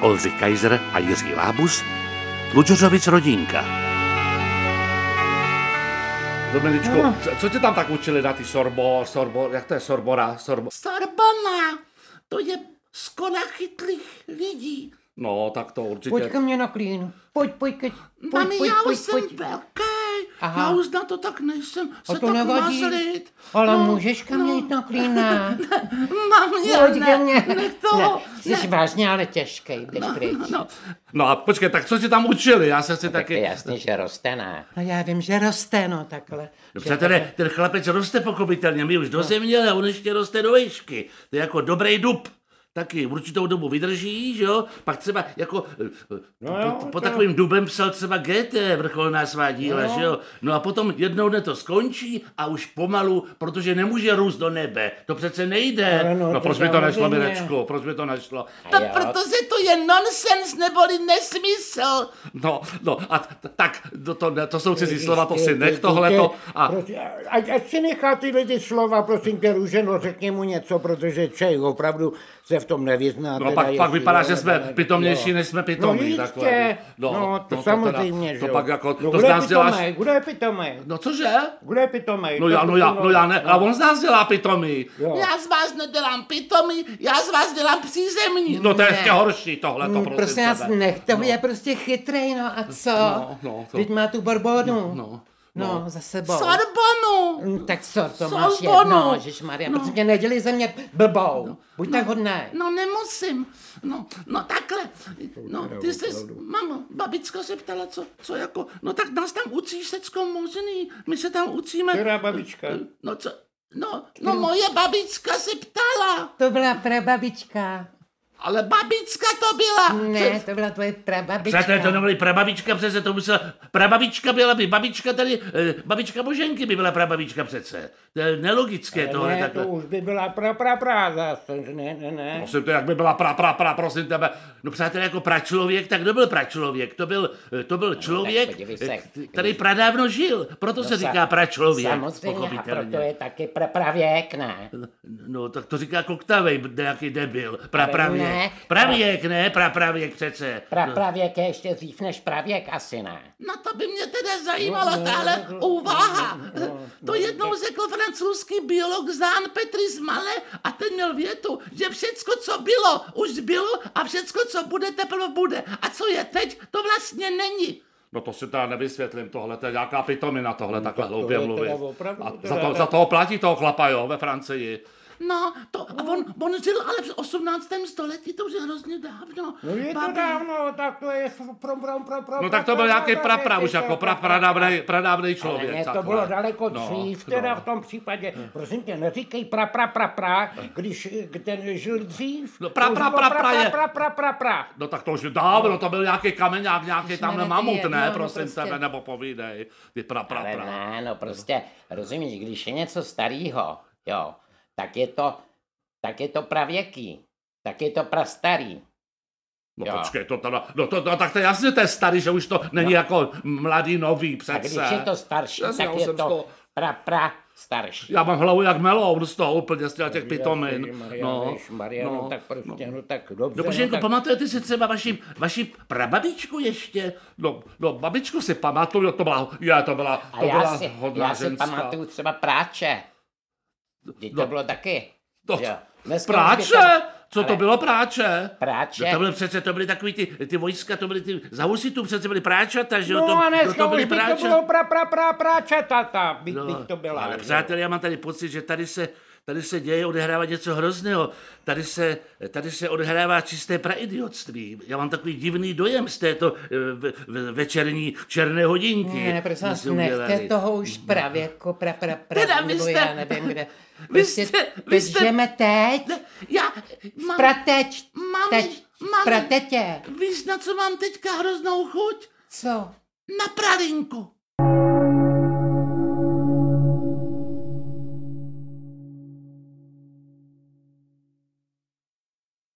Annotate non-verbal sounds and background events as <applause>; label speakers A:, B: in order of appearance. A: Oldřich Kaiser a Jiří Lábus, Tlučořovic rodinka. Dominičko,
B: No.
A: co- co tě tam tak učili na ty sorbo, sorbo, jak to je sorbora, sorbo?
C: Sorbona, to je skona chytlých lidí.
A: No, tak to určitě.
B: Pojď ke mně na klín. Pojď, pojď, ke... pojď,
C: Mami,
B: pojď,
C: já už
B: pojď,
C: jsem
B: pojď.
C: velký,
B: Aha.
C: já už na to tak nejsem, se
B: A to
C: tak
B: nevadí.
C: mazlit. No,
B: Ale můžeš ke mně jít na klína.
C: Mami, já
B: Pojď ke
C: ne,
B: mně.
C: nech toho,
B: ne, jsi vážně, ale těžký, jdeš pryč.
C: no,
A: No a počkej, tak co tě tam učili? Já jsem si
B: Tak je
A: taky...
B: jasný, že roste, ne? No já vím, že roste, no takhle.
A: No,
B: Že
A: přátelé, ten chlapec roste pochopitelně, my už dozemněle, on ještě roste do výšky. To je jako dobrý dub. Taky určitou dobu vydrží, že jo? Pak třeba jako no
B: jo,
A: jo, po, po
B: to-
A: takovým dubem psal třeba GT, vrcholná svá díla, no. že jo? No a potom jednou dne to skončí a už pomalu, protože nemůže růst do nebe. To přece nejde.
B: Ale no,
A: no
B: to
A: proč mi to nešlo,
B: samozřejmě.
A: Mirečku? Proč mi to nešlo?
C: to
B: jo.
C: protože to je nonsens neboli nesmysl.
A: No, no, a t- tak to, to, to jsou cizí slova, to si
B: Ty, ty,
A: nech
B: ty,
A: tohleto.
B: ty,
A: A
B: proč- prostě, Ať, ať si nechá tyhle ty slova, prosím tě, Růženo, řekni mu něco, protože Čej opravdu se v tom nevyzná.
A: No
B: teda,
A: pak, pak
B: jestli
A: vypadá,
B: jo,
A: že jsme
B: nebo ne.
A: pitomnější,
B: Jo.
A: než jsme pitomí.
B: No
A: takhle.
B: jistě, no, no to, samozřejmě,
A: teda,
B: že
A: To
B: jo.
A: pak jako,
B: no,
A: to z
B: kdo je
A: nás děláš...
B: pitomej? Kdo je pitomej?
A: No cože?
B: Kdo je pitomej?
A: No
B: To
A: já, no já,
B: pitomej.
A: no já ne, a on z nás dělá pitomí.
B: Jo.
C: Já z vás nedělám pitomí, já z vás dělám přízemní.
A: No to je
C: Ne.
A: ještě horší tohle, to
B: Mm,
A: no prosím
B: Prosím vás,
A: tebe.
B: nech, to je prostě chytrej, no a co?
A: No, no, to-
B: Teď má tu borbonu.
A: no,
B: no. za sebou.
C: Sorbonu.
B: Mm, Tak co, to
C: Sorbonu.
B: máš jedno, Maria, no. prosím tě, nedělej ze mě blbou. Buď tak hodná.
C: No nemusím. No, no takhle. No, ty jsi, mamo, babička se ptala, co, co jako, no tak nás tam učí všecko možný, my se tam učíme.
B: Která babička?
C: No co, no, no moje babička se ptala,
B: To byla prababička.
C: ale babička to byla.
B: Ne, to byla tvoje prababička.
A: Přátelé, to nebyly prababička přece, to musela... Prababička byla by babička tady, eh, babička Boženky by byla prababička přece. To je nelogické tohle
B: ne,
A: No, takhle. No.
B: to už by byla pra, pra, pra zase, že ne, ne, ne.
A: Prosím to, jak by byla pra, pra, pra, prosím tebe. No přátelé, jako pračlověk, tak kdo byl pračlověk? To byl, eh, to byl člověk,
B: No, podívej se,
A: eh,
B: vidíš.
A: který pradávno žil. Proto se říká pračlověk,
B: Samozřejmě, a proto
A: pochopitelně.
B: je taky prapravěk, ne?
A: No, tak to říká koktavej, nějaký debil.
B: ne.
A: Prapravěk. Pravěk, ne, prapravěk přece.
B: Prapravěk je ještě dřív než pravěk, asi ne.
C: No to by mě teda zajímalo,
B: No,
C: tahle úvaha. To jednou řekl francouzský biolog Zán Petris Male a ten měl větu, že všecko, co bylo, už bylo a všecko, co bude, teprve bude. A co je teď, to vlastně není.
A: No to si teda nevysvětlím tohle, to je nějaká pitomina tohle, takhle hloupě
B: No, je teda
A: mluvit.
B: opravdu
A: A
B: teda
A: za, to,
B: ne-
A: za toho platí toho chlapa, jo, ve Francii.
C: No, to, a on, on žil ale v 18. století, to už je hrozně dávno.
B: No je to
C: Babi-
B: dávno, tak to je pro, pro, pro, pro,
A: No tak to byl nějaký prapra, už jako prapradávnej pradávnej člověk.
B: Ale ne, to
A: takhle.
B: bylo daleko
A: No, Hm.
B: dřív, teda v tom případě. Prosím tě, neříkej pra, pra, pra, pra, když eh, ten žil dřív.
A: No pra,
B: To už
A: pra,
B: bylo
A: pra, pra je-
B: Pra, pra, pra, pra.
A: No tak to už je dávno, to byl nějaký kameňák, nějaký
B: jsme
A: tamhle
B: nevěděli,
A: mamut, ne,
B: no, no,
A: prosím
B: prostě.
A: tebe, nebo povídej, ty pra, pra,
B: Ale
A: pra.
B: ne, no prostě, rozumíš, když je něco starého, jo, tak je to, tak je to pravěký, tak je to prastarý.
A: No
B: jo.
A: počkej, to teda, no to, no, tak to je jasně, to je starý, že už to není jako mladý, nový
B: A když
A: přece.
B: je to starší,
A: Já si- já
B: tak
A: už
B: je
A: jsem z
B: to
A: toho-
B: pra, pra starší.
A: Já mám hlavu jak meloun z toho úplně, z těch pitomin.
B: Maria,
A: No,
B: Maria, no, tak prostě, no, tak dobře.
A: No
B: no,
A: Boženko,
B: tak-
A: pamatujete si třeba vaši, vaši prababičku ještě? No, no babičku si pamatuju, to byla, já, to byla,
B: A
A: to byla
B: já si,
A: hodná
B: já si
A: ženská.
B: pamatuju třeba práče. Vždyť to
A: No.
B: bylo taky.
A: To,
B: jo. Dneska už
A: práče?
B: je to-
A: Co to
B: Ale-
A: bylo práče?
B: Práče.
A: No to byly přece, to byly takový ty, ty vojska, to byly ty, za husitů přece byly práčata, že jo?
B: No
A: to,
B: a
A: no
B: dneska
A: to
B: už
A: byly
B: by to bylo pra, pra, pra, pračatata, by, by to byla.
A: No, ale
B: že jo.
A: přátelé, já mám tady pocit, že tady se, tady se děje, odehrává něco hrozného. Tady se, tady se odehrává čisté praidiotství. Já mám takový divný dojem z této eh, v, v, večerní černé hodinky.
B: Ne, prosím vás,
A: co udělali.
B: nechte toho už právě jako pra, pra, pra,
C: No. Teda vy
B: nebo
C: jste-
B: já nevím kde.
C: <laughs> vy
B: Prostě
C: jste- vy
B: teď
C: jste-
B: žijeme teď,
C: Já, mám,
B: prateč,
C: Mami,
B: teď,
C: mami.
B: pratetě.
C: víš, na co mám teďka hroznou chuť?
B: Co?
C: Na pralinku.